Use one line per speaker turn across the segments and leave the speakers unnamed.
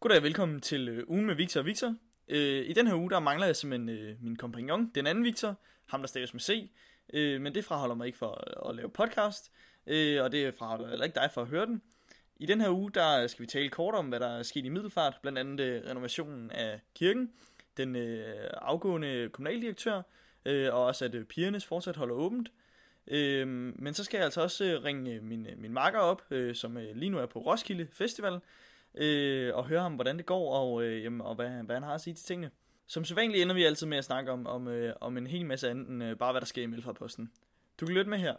Goddag og velkommen til øh, ugen med Victor og Victor. Øh, I den her uge, der mangler jeg simpelthen øh, min kompagnon, den anden Victor, ham der staves med C. Øh, men det fraholder mig ikke for at, at lave podcast, øh, og det fraholder heller ikke dig for at høre den. I den her uge, der skal vi tale kort om, hvad der er sket i Middelfart, blandt andet øh, renovationen af kirken, den øh, afgående kommunaldirektør, øh, og også at øh, pigernes fortsat holder åbent. Øh, men så skal jeg altså også øh, ringe øh, min, øh, min marker op, øh, som øh, lige nu er på Roskilde Festival, øh, og høre ham, hvordan det går, og, øh, jamen, og hvad, hvad han har at sige til tingene. Som sædvanligt ender vi altid med at snakke om, om, øh, om en hel masse andet end øh, bare, hvad der sker i Melfra-posten. Du kan lytte med her.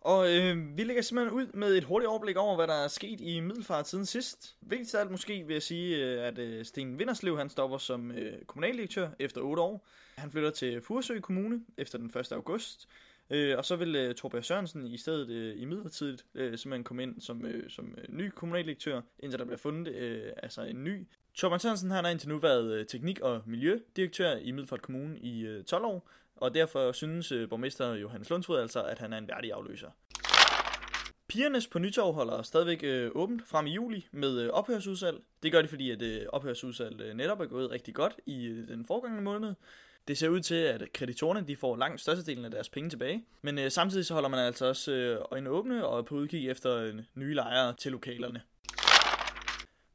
Og øh, vi lægger simpelthen ud med et hurtigt overblik over, hvad der er sket i Middelfart siden sidst. Vigtigst af alt måske vil jeg sige, øh, at øh, Sten Vinderslev han stopper som øh, kommunaldirektør efter 8 år. Han flytter til Furesø Kommune efter den 1. august. Øh, og så vil øh, Torbjørn Sørensen i stedet øh, i midlertidigt øh, simpelthen komme ind som, øh, som øh, ny kommunaldirektør, indtil der bliver fundet øh, altså en ny. Torbjørn Sørensen han har indtil nu været øh, teknik- og miljødirektør i Middelfart Kommune i øh, 12 år, og derfor synes øh, borgmester Johannes Lundsrud altså, at han er en værdig afløser. Pigernes på Nytorv holder stadigvæk øh, åbent frem i juli med øh, ophørsudsalg. Det gør de, fordi at øh, ophørsudsalg øh, netop er gået rigtig godt i øh, den forgangne måned. Det ser ud til, at kreditorerne de får langt størstedelen af deres penge tilbage, men øh, samtidig så holder man altså også øh, øjnene åbne og er på udkig efter øh, nye lejere til lokalerne.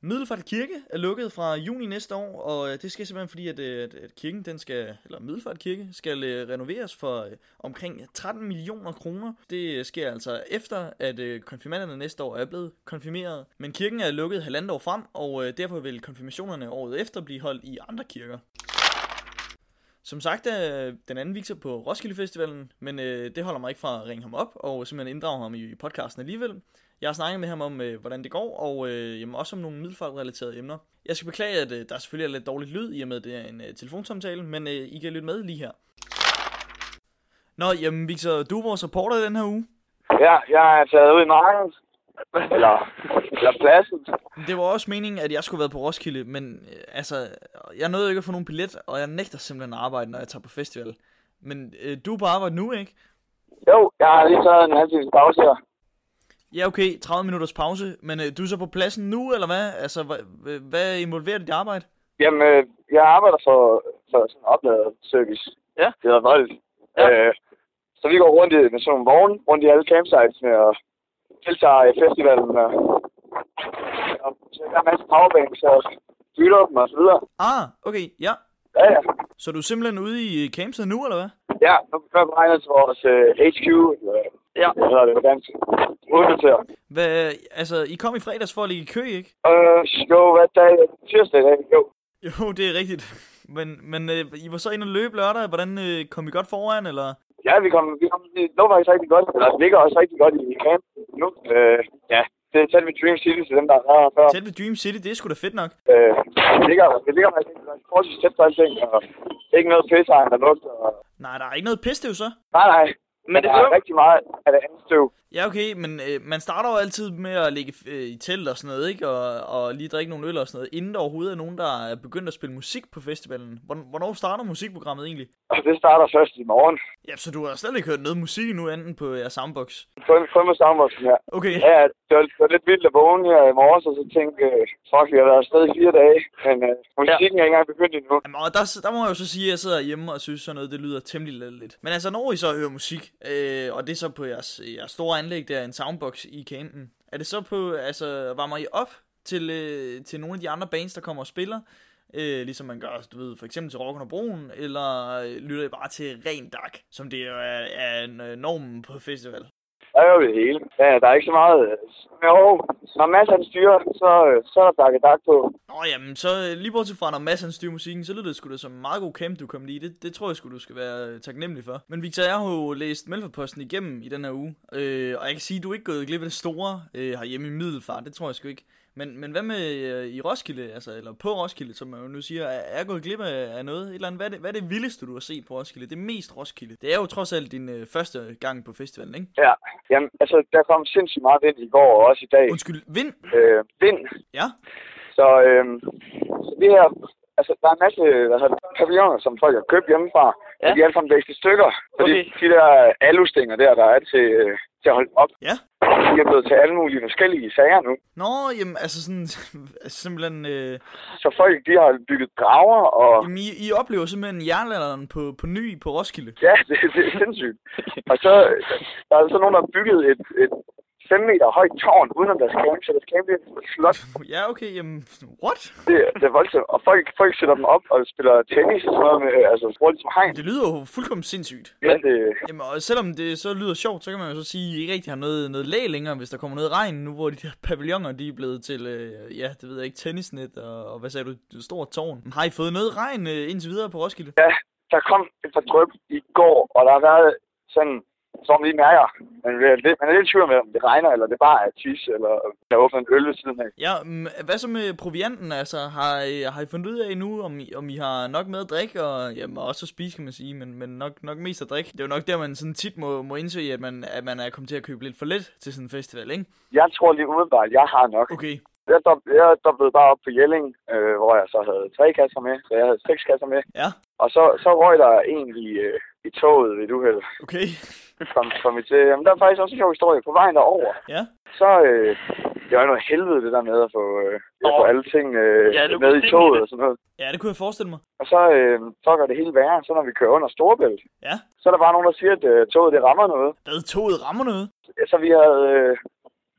Middelfart Kirke er lukket fra juni næste år, og øh, det skal simpelthen fordi, at, øh, at- at kirken, den skal, eller Middelfart Kirke, skal øh, renoveres for øh, omkring 13 millioner kroner. Det øh, sker altså efter, at øh, konfirmanderne næste år er blevet konfirmeret. Men kirken er lukket halvandet år frem, og øh, derfor vil konfirmationerne året efter blive holdt i andre kirker. Som sagt er den anden Victor på Roskilde Festivalen, men øh, det holder mig ikke fra at ringe ham op og simpelthen inddrage ham i podcasten alligevel. Jeg har snakket med ham om, øh, hvordan det går, og øh, jamen, også om nogle middelfartrelaterede emner. Jeg skal beklage, at øh, der selvfølgelig er lidt dårligt lyd, i og med at det er en øh, telefonsamtale, men øh, I kan lytte med lige her. Nå, jamen Victor, du er vores reporter i den her uge.
Ja, jeg er taget ud i marken. Eller, eller pladsen.
Det var også meningen, at jeg skulle være på Roskilde, men øh, altså, jeg nåede ikke at få nogen billet, og jeg nægter simpelthen at arbejde, når jeg tager på festival. Men øh, du er på arbejde nu, ikke?
Jo, jeg har lige taget en halv times pause her.
Ja, okay, 30 minutters pause, men øh, du er så på pladsen nu, eller hvad? Altså, hvad, hvad involverer dit arbejde?
Jamen, øh, jeg arbejder for, for sådan en opladet service.
Ja.
Det hedder Volt.
Ja.
Øh, så vi går rundt i, med sådan nogle vogne, rundt i alle campsitesne og deltager i festivalen. Og, og så der er en masse powerbanks og fylder dem og så videre.
Ah, okay, ja.
Ja, ja.
Så du er simpelthen ude i øh, campset nu, eller hvad?
Ja, nu er jeg på vej ned til vores øh, HQ. Eller,
Ja.
Hvad hedder det på dansk? Hovedkvarter.
hvad? Altså, I kom i fredags for at ligge i kø, ikke?
Øh, jo, hvad dag? er det? Tirsdag i dag, jo.
Jo, det er rigtigt. Men, men øh, I var så inde og løbe lørdag. Hvordan øh, kom I godt foran, eller?
Ja, vi kom, vi kom, det lå faktisk rigtig godt, eller det ligger også rigtig godt i camp nu. Øh, ja, det er tæt ved Dream City til dem, der har været her før.
Tæt ved Dream City, det er sgu da fedt nok.
Øh, det, ligger, det ligger faktisk rigtig godt. Forholdsvis tæt på alting, og ikke noget pisseegn, der lugter. Og...
Nej, der er ikke noget pisse, det er jo så.
Nej, nej. Men
det
det er
lugter-
rigtig meget af det andet støv.
Ja, okay, men øh, man starter jo altid med at ligge øh, i telt og sådan noget, ikke? Og, og lige drikke nogle øl og sådan noget, inden der overhovedet er nogen, der er begyndt at spille musik på festivalen. Hvorn- Hvornår starter musikprogrammet egentlig?
Og det starter først i morgen.
Ja, så du har slet ikke hørt noget musik endnu anden på jeres soundbox.
Kun, kun med sammenvoksen her.
Okay,
Ja, det var, det var lidt vildt at vågne her i morges, og så tænkte øh, fuck, vi har været afsted i fire dage, men øh, musikken ja. er ikke engang begyndt endnu.
Jamen, og der, der må jeg jo så sige, at jeg sidder hjemme og synes sådan noget, det lyder temmelig latterligt. Men altså, når I så hører musik, øh, og det er så på jeres, jeres store anlæg, der er en soundbox i campen, er det så på, altså, varmer I op til, øh, til nogle af de andre bands, der kommer og spiller? Øh, ligesom man gør, du ved, for eksempel til Rocken og Broen, eller øh, lytter I bare til ren dak, som det jo er, er en, øh, normen på festival?
Der er jo det hele. Ja, der er ikke så meget... øh, Jo, når masser af styrer, så, øh, så er der bakket dak på.
Nå jamen, så øh, lige bortset fra, når Mads han styrer musikken, så lyder det sgu da som en meget god camp, du kom lige i. Det, det tror jeg sgu, du skal være øh, taknemmelig for. Men Victor, jeg har jo læst Melfordposten igennem i den her uge, øh, og jeg kan sige, at du er ikke gået glip af det store øh, herhjemme i Middelfart, det tror jeg sgu ikke. Men, men hvad med øh, i Roskilde, altså, eller på Roskilde, som man jo nu siger, er, er jeg gået glip af, af noget? Et eller andet? Hvad, er det, hvad er det vildeste, du har set på Roskilde? Det mest Roskilde. Det er jo trods alt din øh, første gang på festivalen, ikke?
Ja, jamen, altså, der kom sindssygt meget vind i går og også i dag.
Undskyld, vind?
Øh, vind.
Ja?
Så, øh, så det her... Altså, der er en masse hvad hedder det, pavilloner, som folk har købt hjemmefra. Ja.
Ja.
De er alle sammen vækst i stykker. Fordi
Okay.
de der alustinger der, der er til, øh, til at holde dem op.
Ja.
De er blevet til alle mulige forskellige sager nu.
Nå, jamen, altså sådan, simpelthen, øh,
Så folk, de har bygget drager, og
jamen, I, I oplever simpelthen jernalderen på, på ny på Roskilde.
ja, det, det er sindssygt. Og så der er så nogen, der har bygget et, et 5 meter højt tårn udenom deres camp, så deres camp er et slot.
Ja, okay, jamen, what?
Det, det er voldsomt. Og folk, folk sætter dem op og spiller tennis og sådan noget med, altså bruger det som hegn.
Det lyder jo fuldkommen sindssygt.
Men øh, det,
Jamen, og selvom det så lyder sjovt, så kan man jo så sige, at I ikke rigtig har noget, noget lag længere, hvis der kommer noget regn, nu hvor de der pavilloner, de er blevet til, øh, ja, det ved jeg ikke, tennisnet og, og hvad sagde du, et stort tårn. Men Har I fået noget regn øh, indtil videre på Roskilde?
der kom et par drøb i går, og der har været sådan, som lige mærker. Man er lidt, man er lidt i tvivl med, om det regner, eller det bare er tis, eller om der åbner en øl ved siden af.
Ja, mm, hvad så med provianten, altså, har I, har I fundet ud af nu, om I, om I har nok med at drikke, og jamen, og også at spise, kan man sige, men, men nok, nok mest at drikke. Det er jo nok der, man sådan tit må, må indse, at man, at man er kommet til at købe lidt for lidt til sådan en festival, ikke?
Jeg tror lige umiddelbart, at jeg har nok.
Okay,
Jeg, dob- jeg doblede bare op på Jelling, øh, hvor jeg så havde tre kasser med, så jeg havde seks kasser med.
ja,
Og så, så røg der en i, øh, i toget ved et uheld.
okay,
Kom, kom i til. Jamen, der er faktisk også en sjov historie. På vejen derover,
ja.
så... Øh, det var jo noget helvede, det der med at få, øh, at få
Nå.
alle ting øh,
Ja,
ja,
det var
med i
sindssygt.
toget og sådan noget.
Ja, det kunne jeg forestille mig.
Og så, øh, så gør det hele værre, så når vi kører under Storebælt,
Ja.
så er der bare nogen, der siger, at øh, toget det rammer noget.
Hvad, toget rammer noget?
Så vi havde, øh,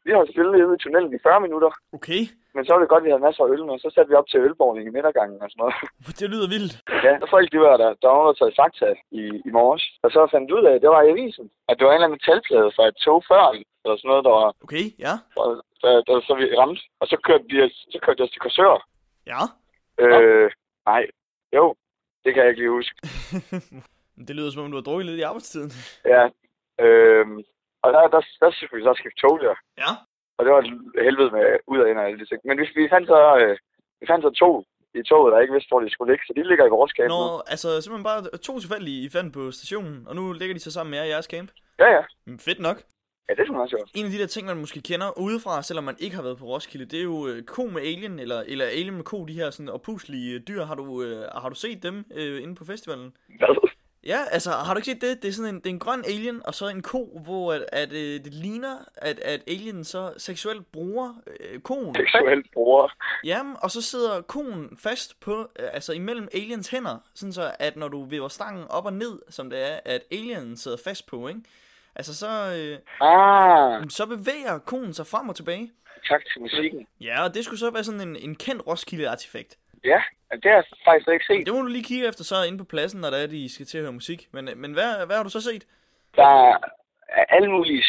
vi havde stillet ude i tunnelen i 40 minutter,
Okay,
men så var det godt, at vi havde masser af øl med. Så satte vi op til ølborgning i midtergangen og sådan noget.
det lyder vildt.
Ja, og folk de var der. Der var nogen, der taget fakta i, i morges. Og så fandt jeg ud af, at det var i avisen. At det var en eller anden talplade fra et tog før, eller sådan noget, der var,
Okay, ja.
der, der, der så vi ramte. Og så kørte vi os, så kørte vi os til Korsør.
Ja.
Øh, nej, jo, det kan jeg ikke lige huske.
det lyder som om, du har drukket lidt i arbejdstiden.
Ja, øh, og der, der, der, skulle vi så skifte tog der.
Ja.
Og det var et helvede med ud af ind og alle de ting. Men vi, vi fandt så, øh, vi fandt så to i toget, der ikke vidste, hvor de skulle ligge. Så de ligger i vores camp nu.
Nå, altså simpelthen bare to tilfældige, I fandt på stationen, og nu ligger de så sammen med jer i jeres camp.
Ja, ja.
Men fedt nok.
Ja, det er sgu meget sjovt.
En af de der ting, man måske kender udefra, selvom man ikke har været på Roskilde, det er jo øh, ko med alien, eller, eller alien med ko, de her sådan opuslige øh, dyr. Har du, øh, har du set dem øh, inde på festivalen?
Hvad?
Ja, altså har du ikke set det? Det er sådan en, det er en grøn alien, og så en ko, hvor at, at, øh, det ligner, at, at alien så seksuelt bruger øh, koen.
Seksuelt bruger.
Jamen, og så sidder konen fast på, øh, altså imellem aliens hænder, sådan så, at når du vipper stangen op og ned, som det er, at alienen sidder fast på, ikke? Altså, så, øh,
Ah,
jamen, så bevæger konen sig frem og tilbage.
tak til musikken.
Ja, og det skulle så være sådan en, en kendt Roskilde-artefakt.
Ja, det har jeg faktisk ikke set.
Det må du lige kigge efter så inde på pladsen, når der er, de skal til at høre musik. Men, øh, men hvad, hvad har du så set?
Der er alle mulige...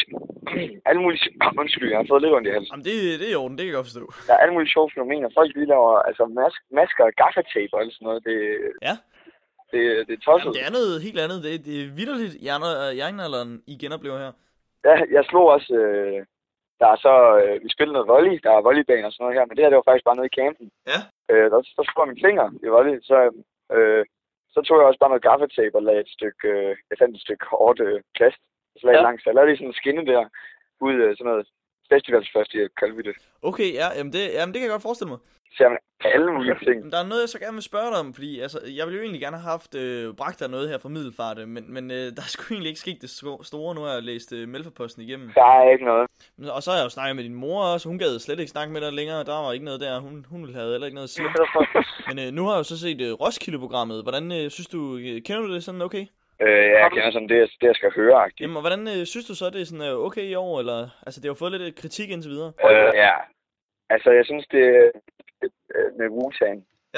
alle mulige... Undskyld, jeg har fået lidt ondt i halsen.
Jamen, det, det er i orden, det kan jeg godt forstå.
Der er alle mulige sjove fænomener. Folk lige laver altså, mas- masker og gaffatape og alt sådan noget. Det,
Ja.
det, det er tosset.
Jamen, det er noget helt andet. Det, det er vildt jernalderen, I genoplever her.
Ja, jeg slog også... Øh, der er så... Øh, vi spillede noget volley. Der er volleybane og sådan noget her. Men det her, det var faktisk bare nede i campen.
Ja.
Øh, der, der slog jeg min finger i volley. Så, øh, så tog jeg også bare noget gaffatape og lagde et stykke... Øh, jeg fandt et stykke hårdt øh, plast. Så lagde jeg
Ja.
langs. Jeg lavede lige sådan en skinne der. Ud øh, sådan noget festivalsførst, kaldte vi det.
Okay, ja, jamen det, jamen det kan jeg godt forestille mig.
Så jamen, alle mulige ting.
Jamen, Der er noget, jeg så gerne vil spørge dig om, fordi altså, jeg ville jo egentlig gerne have haft, øh, bragt dig noget her fra Middelfart, øh, men, men øh, der er sgu egentlig ikke sket det sko- store, nu har jeg læst øh, Melforposten igennem.
Der er ikke noget.
Men- Og så har jeg jo snakket med din mor også, hun gad slet ikke snakke med dig længere, der var ikke noget der, hun, hun ville have heller ikke noget at sige. Men øh, nu har jeg jo så set øh, Roskilde-programmet, hvordan øh, synes du, øh, kender du det sådan okay?
Øh, ja, jeg kender sådan det, jeg- det jeg skal høre. -agtigt.
Jamen, og hvordan øh, synes du så, det er sådan øh, okay i år, eller, altså det har jo fået lidt øh, kritik indtil videre.
Øh, ja. Altså, jeg synes, det det- øh, med wu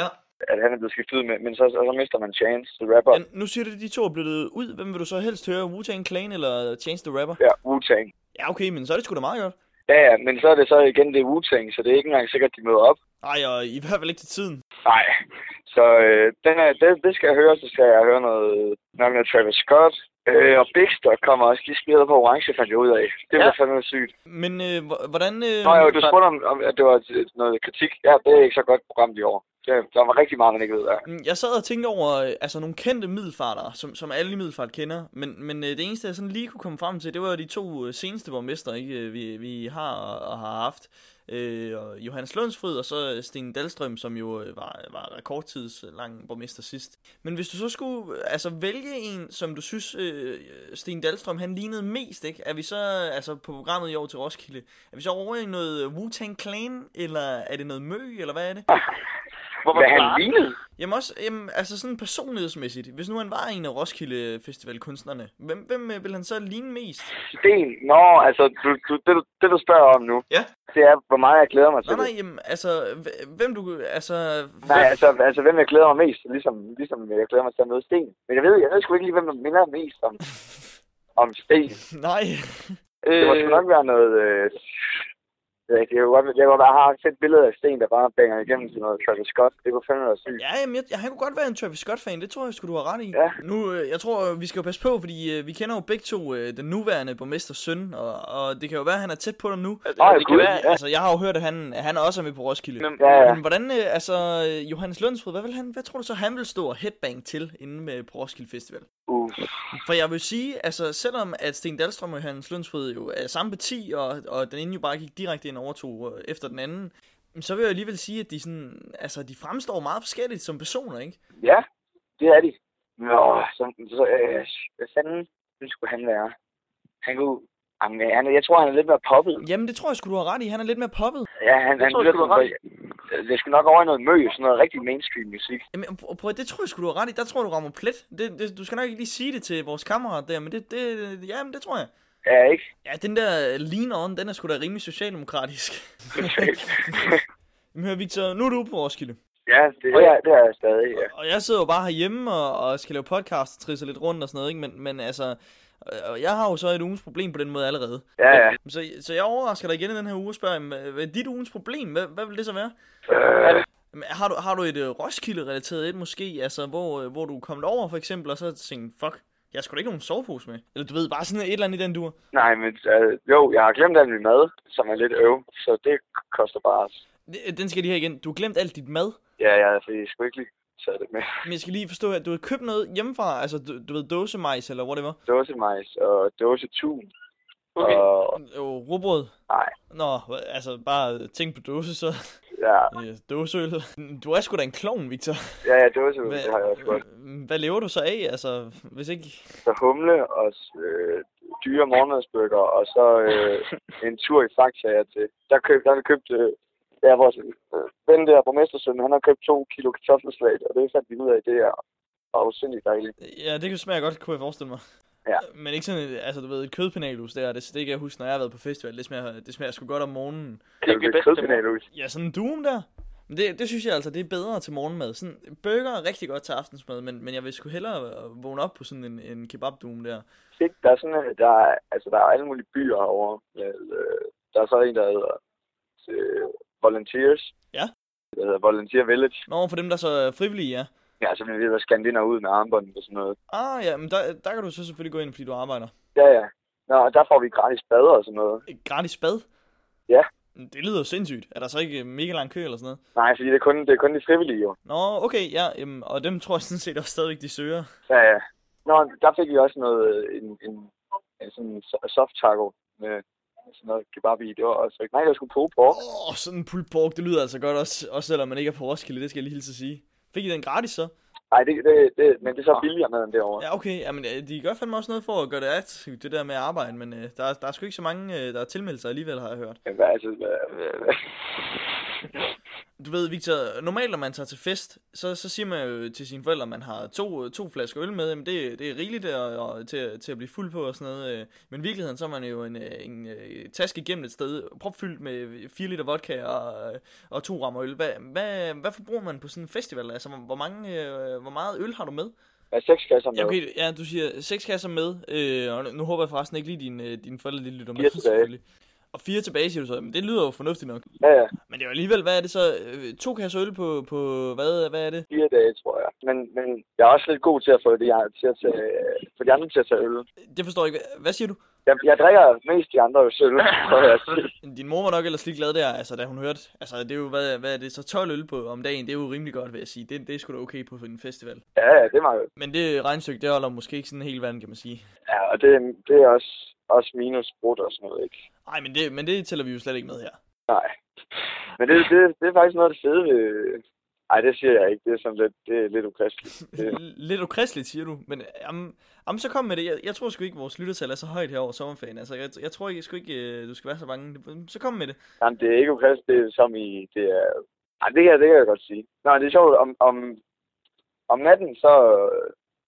Ja.
at han er blevet skiftet ud med, men så, og så mister man Chance, the rapper.
ja nu siger du, at de to er blevet øh, ud, hvem vil du så helst høre, Wu-Tang Clan eller Chance the Rapper?
Ja, Wu-Tang.
Ja, okay, men så er det sgu da meget godt.
Ja, ja, men så er det så igen det er Wu-Tang, så det er ikke engang sikkert, de møder op.
Nej, og i hvert fald ikke til tiden.
Nej. Så øh, den er, det, det, skal jeg høre, så skal jeg høre noget, nok noget Travis Scott. Øh, og Bigster kommer også, de spiller på Orange, fandt jeg ud af. Det var
Ja.
ja. fandme sygt.
Men øh, hvor- hvordan... Øh,
Nå jo, du spurgte om, om, at det var et- noget kritik. Ja, det er ikke så godt program i år. Det, der var rigtig meget, man ikke ved af.
Mm, jeg sad og tænkte over øh, altså, nogle kendte middelfartere, som, som alle i middelfart kender, men, men øh, det eneste, jeg sådan lige kunne komme frem til, det var jo de to øh, seneste borgmester, ikke, øh, vi, vi har og har haft. øh, og Johannes Lundsfrid, og så Sten Dahlstrøm, som jo øh, var, var rekordtidslang borgmester sidst. Men hvis du så skulle øh, altså, vælge en, som du synes, øh, Sten Dahlstrøm, han lignede mest, ikke? er vi så altså, på programmet i år til Roskilde, er vi så over i noget Wu-Tang Clan, eller er det noget Mø, eller hvad er det?
Hvor Hvad han lignede?
Jamen også, jamen, altså sådan personlighedsmæssigt, hvis nu han var en af Roskilde Festivalkunstnerne, hvem, hvem øh, vil han så ligne mest?
Sten? Nå, altså, du, du, det, du, det du spørger om nu,
Ja.
det er, hvor meget jeg glæder mig
Nå
til
nej,
det.
jamen, altså, hv- hvem du, altså...
Nej, altså, altså, hvem jeg glæder mig mest, ligesom, ligesom jeg glæder mig til at møde Sten. Men jeg ved, jeg ved sgu ikke lige, hvem der minder mest om, om Sten.
Nej.
Det må sgu nok være noget... Øh, jeg ved ikke, det kan godt, jeg kan godt være, jeg har et fedt billede af Sten, der bare banger igennem til noget Travis Scott. Det kunne fandme være sygt.
Ja, jamen, jeg, jeg, han kunne godt være en Travis Scott-fan, det tror jeg skulle du har ret i.
Ja.
Nu, øh, jeg tror, vi skal jo passe på, fordi øh, vi kender jo begge to øh, den nuværende borgmesters søn, og, og det kan jo være, at han er tæt på dig nu.
Åh,
det kan
gud,
være,
ja.
Altså, jeg har jo hørt, at han, at han også er med på Roskilde.
Men-
Ja, ja.
Men hvordan, øh, altså, øh, Johannes Lundsfred, hvad, vil han, hvad tror du så, han vil stå og headbang til inde med på Roskilde Festival?
Uh,
For jeg vil sige, altså selvom at Sten Dahlstrøm og Hans Lundsfred jo er samme parti, og, og den ene jo bare gik direkte ind og overtog øh, efter den anden, så vil jeg alligevel sige, at de, sådan, altså, de fremstår meget forskelligt som personer, ikke?
ja, det er de. Nå, så, så øh, hvad fanden hvem skulle han være? Han kunne... Jamen, han, jeg tror, han er lidt mere poppet.
Jamen det tror jeg skulle du har ret i, han er lidt mere poppet.
Ja, han, han
tror,
lyder
du har
sådan- det er sgu nok over i noget mø, sådan noget rigtig mainstream musik.
Jamen pr- prøv, at- det tror jeg skulle du har ret i, der tror jeg, du rammer plet. Det, det, du skal nok ikke lige sige det til vores kammerat der, men det, det, jamen, det tror jeg.
Ja, ikke?
Ja, den der lean on, den er sgu da rimelig socialdemokratisk. Men hør Victor, nu er du på Roskilde.
Ja, det
Og ja, det er jeg stadig, ja.
Og jeg sidder jo bare herhjemme og, og skal lave podcast og trisse lidt rundt og sådan noget, ikke? Men, men altså, øh, jeg har jo så et ugens problem på den måde allerede.
Ja, ja.
Så, så jeg overrasker dig igen i den her uge og spørger, jamen, hvad hvad er dit ugens problem? Hvad, hvad vil det så være?
Øh,
Jamen, Har du, har du et øh, Roskilde-relateret et måske, altså, hvor, øh, hvor du er kommet over for eksempel, og så tænkte, fuck, jeg skulle da ikke nogen sovepose med. Eller du ved, bare sådan et eller andet i den dur.
nej, men øh, jo, jeg har glemt al min mad, som er lidt øv, så det koster bare...
Øh, Den skal jeg lige her igen. Du har glemt alt dit mad.
Ja, ja, for jeg skulle ikke lige tage det med.
Men jeg skal lige forstå, at du har købt noget hjemmefra, altså du, du ved, dåsemajs eller whatever.
Dåsemajs og dåsetun.
Okay.
Og,
Jo, rugbrød.
Nej.
Nå, altså bare tænk på dåse så.
ja,
Øh, Dåseøl. Du er sgu da en klovn, Victor.
ja, ja, dåsetun, det har jeg også godt.
hvad lever du så af, altså, hvis ikke...
Så humle og øh, dyre morgenmadsbøger, og så øh, en tur i Fakta jeg er til. Der købte, der har vi købt, øh, der er vores øh, ven der, borgmestersøn, han har købt to kilo kartoffelsalat, og det fandt vi ud af, det er afsindigt dejligt.
Ja, det kan smage godt, kunne jeg forestille mig.
Ja.
Men ikke sådan, et- altså du ved, et kødpenalhus der, det, det kan jeg huske, når jeg har været på festival, det smager, det smager sgu godt om morgenen.
det er
Kan du
bedst
købe
til mig.
kødpenal ud?
Ja, sådan en doom der. Men det, det synes jeg altså, det er bedre til morgenmad. Sådan, burger er rigtig godt til aftensmad, men, men jeg vil sgu hellere øh, vågne op på sådan en, en kebabdoom der.
Fedt, der er sådan, øh, der er, altså, der er alle mulige byer herovre. Med, øh, der er så en, der hedder øh, Volunteers.
Ja.
Der hedder Volunteer Village.
Nå, for dem, der så er frivillige, ja.
Ja, så bliver vi ved at scanne ind og ud med armbånd og sådan noget.
Ah ja, men der, der kan du så selvfølgelig gå ind, fordi du arbejder.
Ja, ja. Nå, og der får vi gratis bader og sådan noget.
Et gratis bad?
Ja.
Det lyder jo sindssygt. Er der så ikke øh, mega lang kø eller sådan noget?
Nej, fordi det er kun, det er kun de frivillige jo.
Nå, okay, ja, øhm, og dem tror jeg sådan set også stadigvæk, de søger.
Ja, ja. øh, Nå, der fik vi også noget, øh, en, en, en sådan so- soft taco med sådan noget kebab i. Det var også rigtig. Nej, jeg skulle på på.
Åh, oh, sådan en pulled pork, det lyder altså godt, også, også selvom man ikke er på Roskilde, det skal jeg lige hilse at sige. Fik I den gratis så?
Nej, det, det, det, men det er så billigere maden derovre.
Ja, okay, jamen, øh, de gør fandme også noget for at gøre det attraktivt, det der med at arbejde, men øh, der, er- der er sgu ikke så mange, øh, der har tilmeldt sig alligevel, har jeg hørt.
Ja. Hvad, altså, hvad, hvad, hvad.
Du ved, Victor, normalt når man tager til fest, så, så siger man jo til sine forældre, at man har to, to flasker øl med, jamen det, det er rigeligt og, og til, til at blive fuld på og sådan noget. øh. Men i virkeligheden, så er man jo en, øh, en øh, taske igennem et sted, propfyldt med 4 liter vodka og, øh, og to rammer øl. Hvad, hvad, hvad forbruger man på sådan en festival? Altså, hvor, hvor, mange, øh, hvor meget øl har du med?
Hvad, seks kasser med?
Ja, okay, ja, du siger seks kasser med, øh, og nu- nu håber jeg forresten ikke lige, din, øh, dine forældre lige lytter med.
Fire tilbage.
selvfølgelig. Og fire tilbage, siger du så. Jamen, det lyder jo fornuftigt nok.
Ja, ja.
Men det er jo alligevel, hvad er det så? Øh, To kasser øl på, på hvad, hvad er det?
Fire dage, tror jeg. Men, men jeg er også lidt god til at få, det, jeg, til at tage, få de andre til at tage øl.
Det forstår jeg ikke. Hva- Hvad siger du?
Jeg, jeg drikker mest de andre øl, tror jeg.
Din mor var nok ellers lige glad der, altså, da hun hørte. Altså, det er jo, hvad, hvad er det så? 12 øl på om dagen, det er jo rimelig godt, vil jeg sige. Det, det er sgu da okay på en festival.
Ja, ja, det er meget.
Men det regnstykke, det holder måske ikke sådan helt vand, kan man sige.
Ja, og det, det er også, også minus brudt og sådan noget, ikke?
Nej, men det, men det tæller vi jo slet ikke med her.
Nej. Men det, det, det er faktisk noget af det fede ved... Ej, det siger jeg ikke. Det er sådan lidt, det er lidt ukristeligt. Det,
Lidt ukristeligt, siger du. Men øh, jamen, jamen, så kom med det. Jeg, jeg tror sgu ikke, vores lyttertal er så højt her over sommerferien. Altså, jeg, jeg tror ikke, sgu ikke, øh, du skal være så bange. Så kom med det.
jamen, det er ikke ukristeligt. Det er som i... Det er, ej, det her, det kan jeg godt sige. Nå, det er sjovt. Om, om, om natten, så...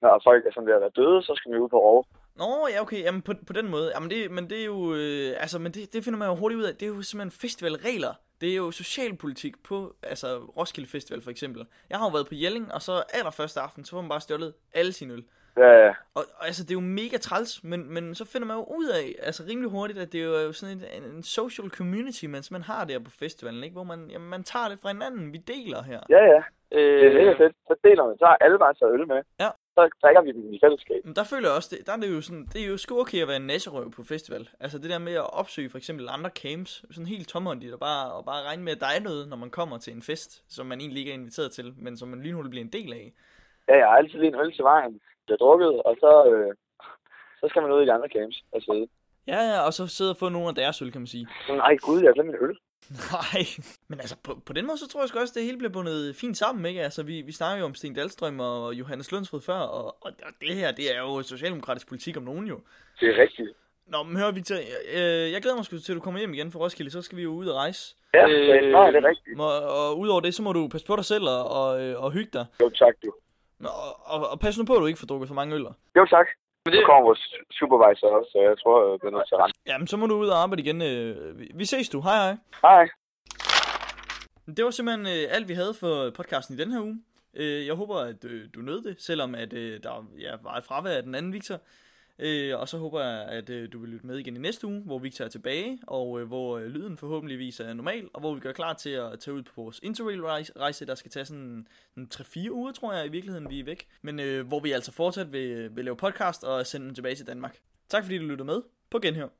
Når folk er sådan ved at være døde, så skal vi ud på rov.
Nå, ja, okay, jamen på, på den måde. Jamen det, men det er jo, øh, altså, men det, det finder man jo hurtigt ud af. Det er jo simpelthen festivalregler. Det er jo socialpolitik på, altså Roskilde Festival for eksempel. Jeg har jo været på Jelling, og så allerførste aften, så får man bare stjålet alle sine øl.
Ja,
Og, og altså, det er jo mega træls, men, men så finder man jo ud af, altså rimelig hurtigt, at det er jo sådan en, en social community, man, man har der på festivalen, ikke? Hvor man, jamen, man tager det fra hinanden, vi deler her.
ja, ja. Det er mega fedt. Så deler man. Så har alle bare taget øl med.
Ja.
Så drikker vi dem i fællesskab.
Men der føler jeg også, det, der er det jo sådan, det er jo sgu okay at være en nasserøv på festival. Altså det der med at opsøge for eksempel andre camps, sådan helt tomhåndigt, og bare, og bare regne med, at der er noget, når man kommer til en fest, som man egentlig ikke er inviteret til, men som man lynhurtigt bliver en del af.
Ja, jeg har altid lige en øl til vejen. Bliver drukket, og så... Øh, så skal man ud i de andre games og sidde.
Ja, ja, og så sidde og få nogle af deres øl, kan man sige.
Sådan, Ej, gud, jeg glemte min øl.
Nej, men altså på, på den måde, så tror jeg sgu også, det hele bliver bundet fint sammen, ikke? Altså vi, vi snakker jo om Sten Dahlstrøm og Johannes Lundsfred før, og, og, og det her, det er jo socialdemokratisk politik om nogen jo.
Det er rigtigt.
Nå, men hør Victor, jeg, øh, jeg glæder mig sgu til, at du kommer hjem igen fra Roskilde, så skal vi jo ud og rejse.
Ja,
Øh,
øh, nej, det er rigtigt.
Må, og udover det, så må du passe på dig selv og, og, øh, og hygge dig.
Jo, tak, du.
Og, og, og pas nu på, at du ikke får drukket for mange øller.
Jo, tak.
Men
Nu
det-
kommer vores supervisor også, så jeg tror, øh, det er nødt til at rende.
Jamen, så må du ud og arbejde igen. øh. Vi- Vi ses du. Hej hej.
Hej.
Det var simpelthen øh, alt, vi havde for podcasten i den her uge. Øh, jeg håber, at øh, du nød det, selvom at, øh, der ja, var et fravær af den anden Victor. Øh, og så håber jeg, at øh, du vil lytte med igen i næste uge, hvor Victor er tilbage, og øh, hvor øh, lyden forhåbentligvis er normal, og hvor vi gør klar til at tage ud på vores interrail-rejse, der skal tage sådan, en 3-4 uger, tror jeg i virkeligheden, vi er væk. Men øh, hvor vi altså fortsat vil, vil lave podcast og sende dem tilbage til Danmark. Tak fordi du lyttede med. På genhør.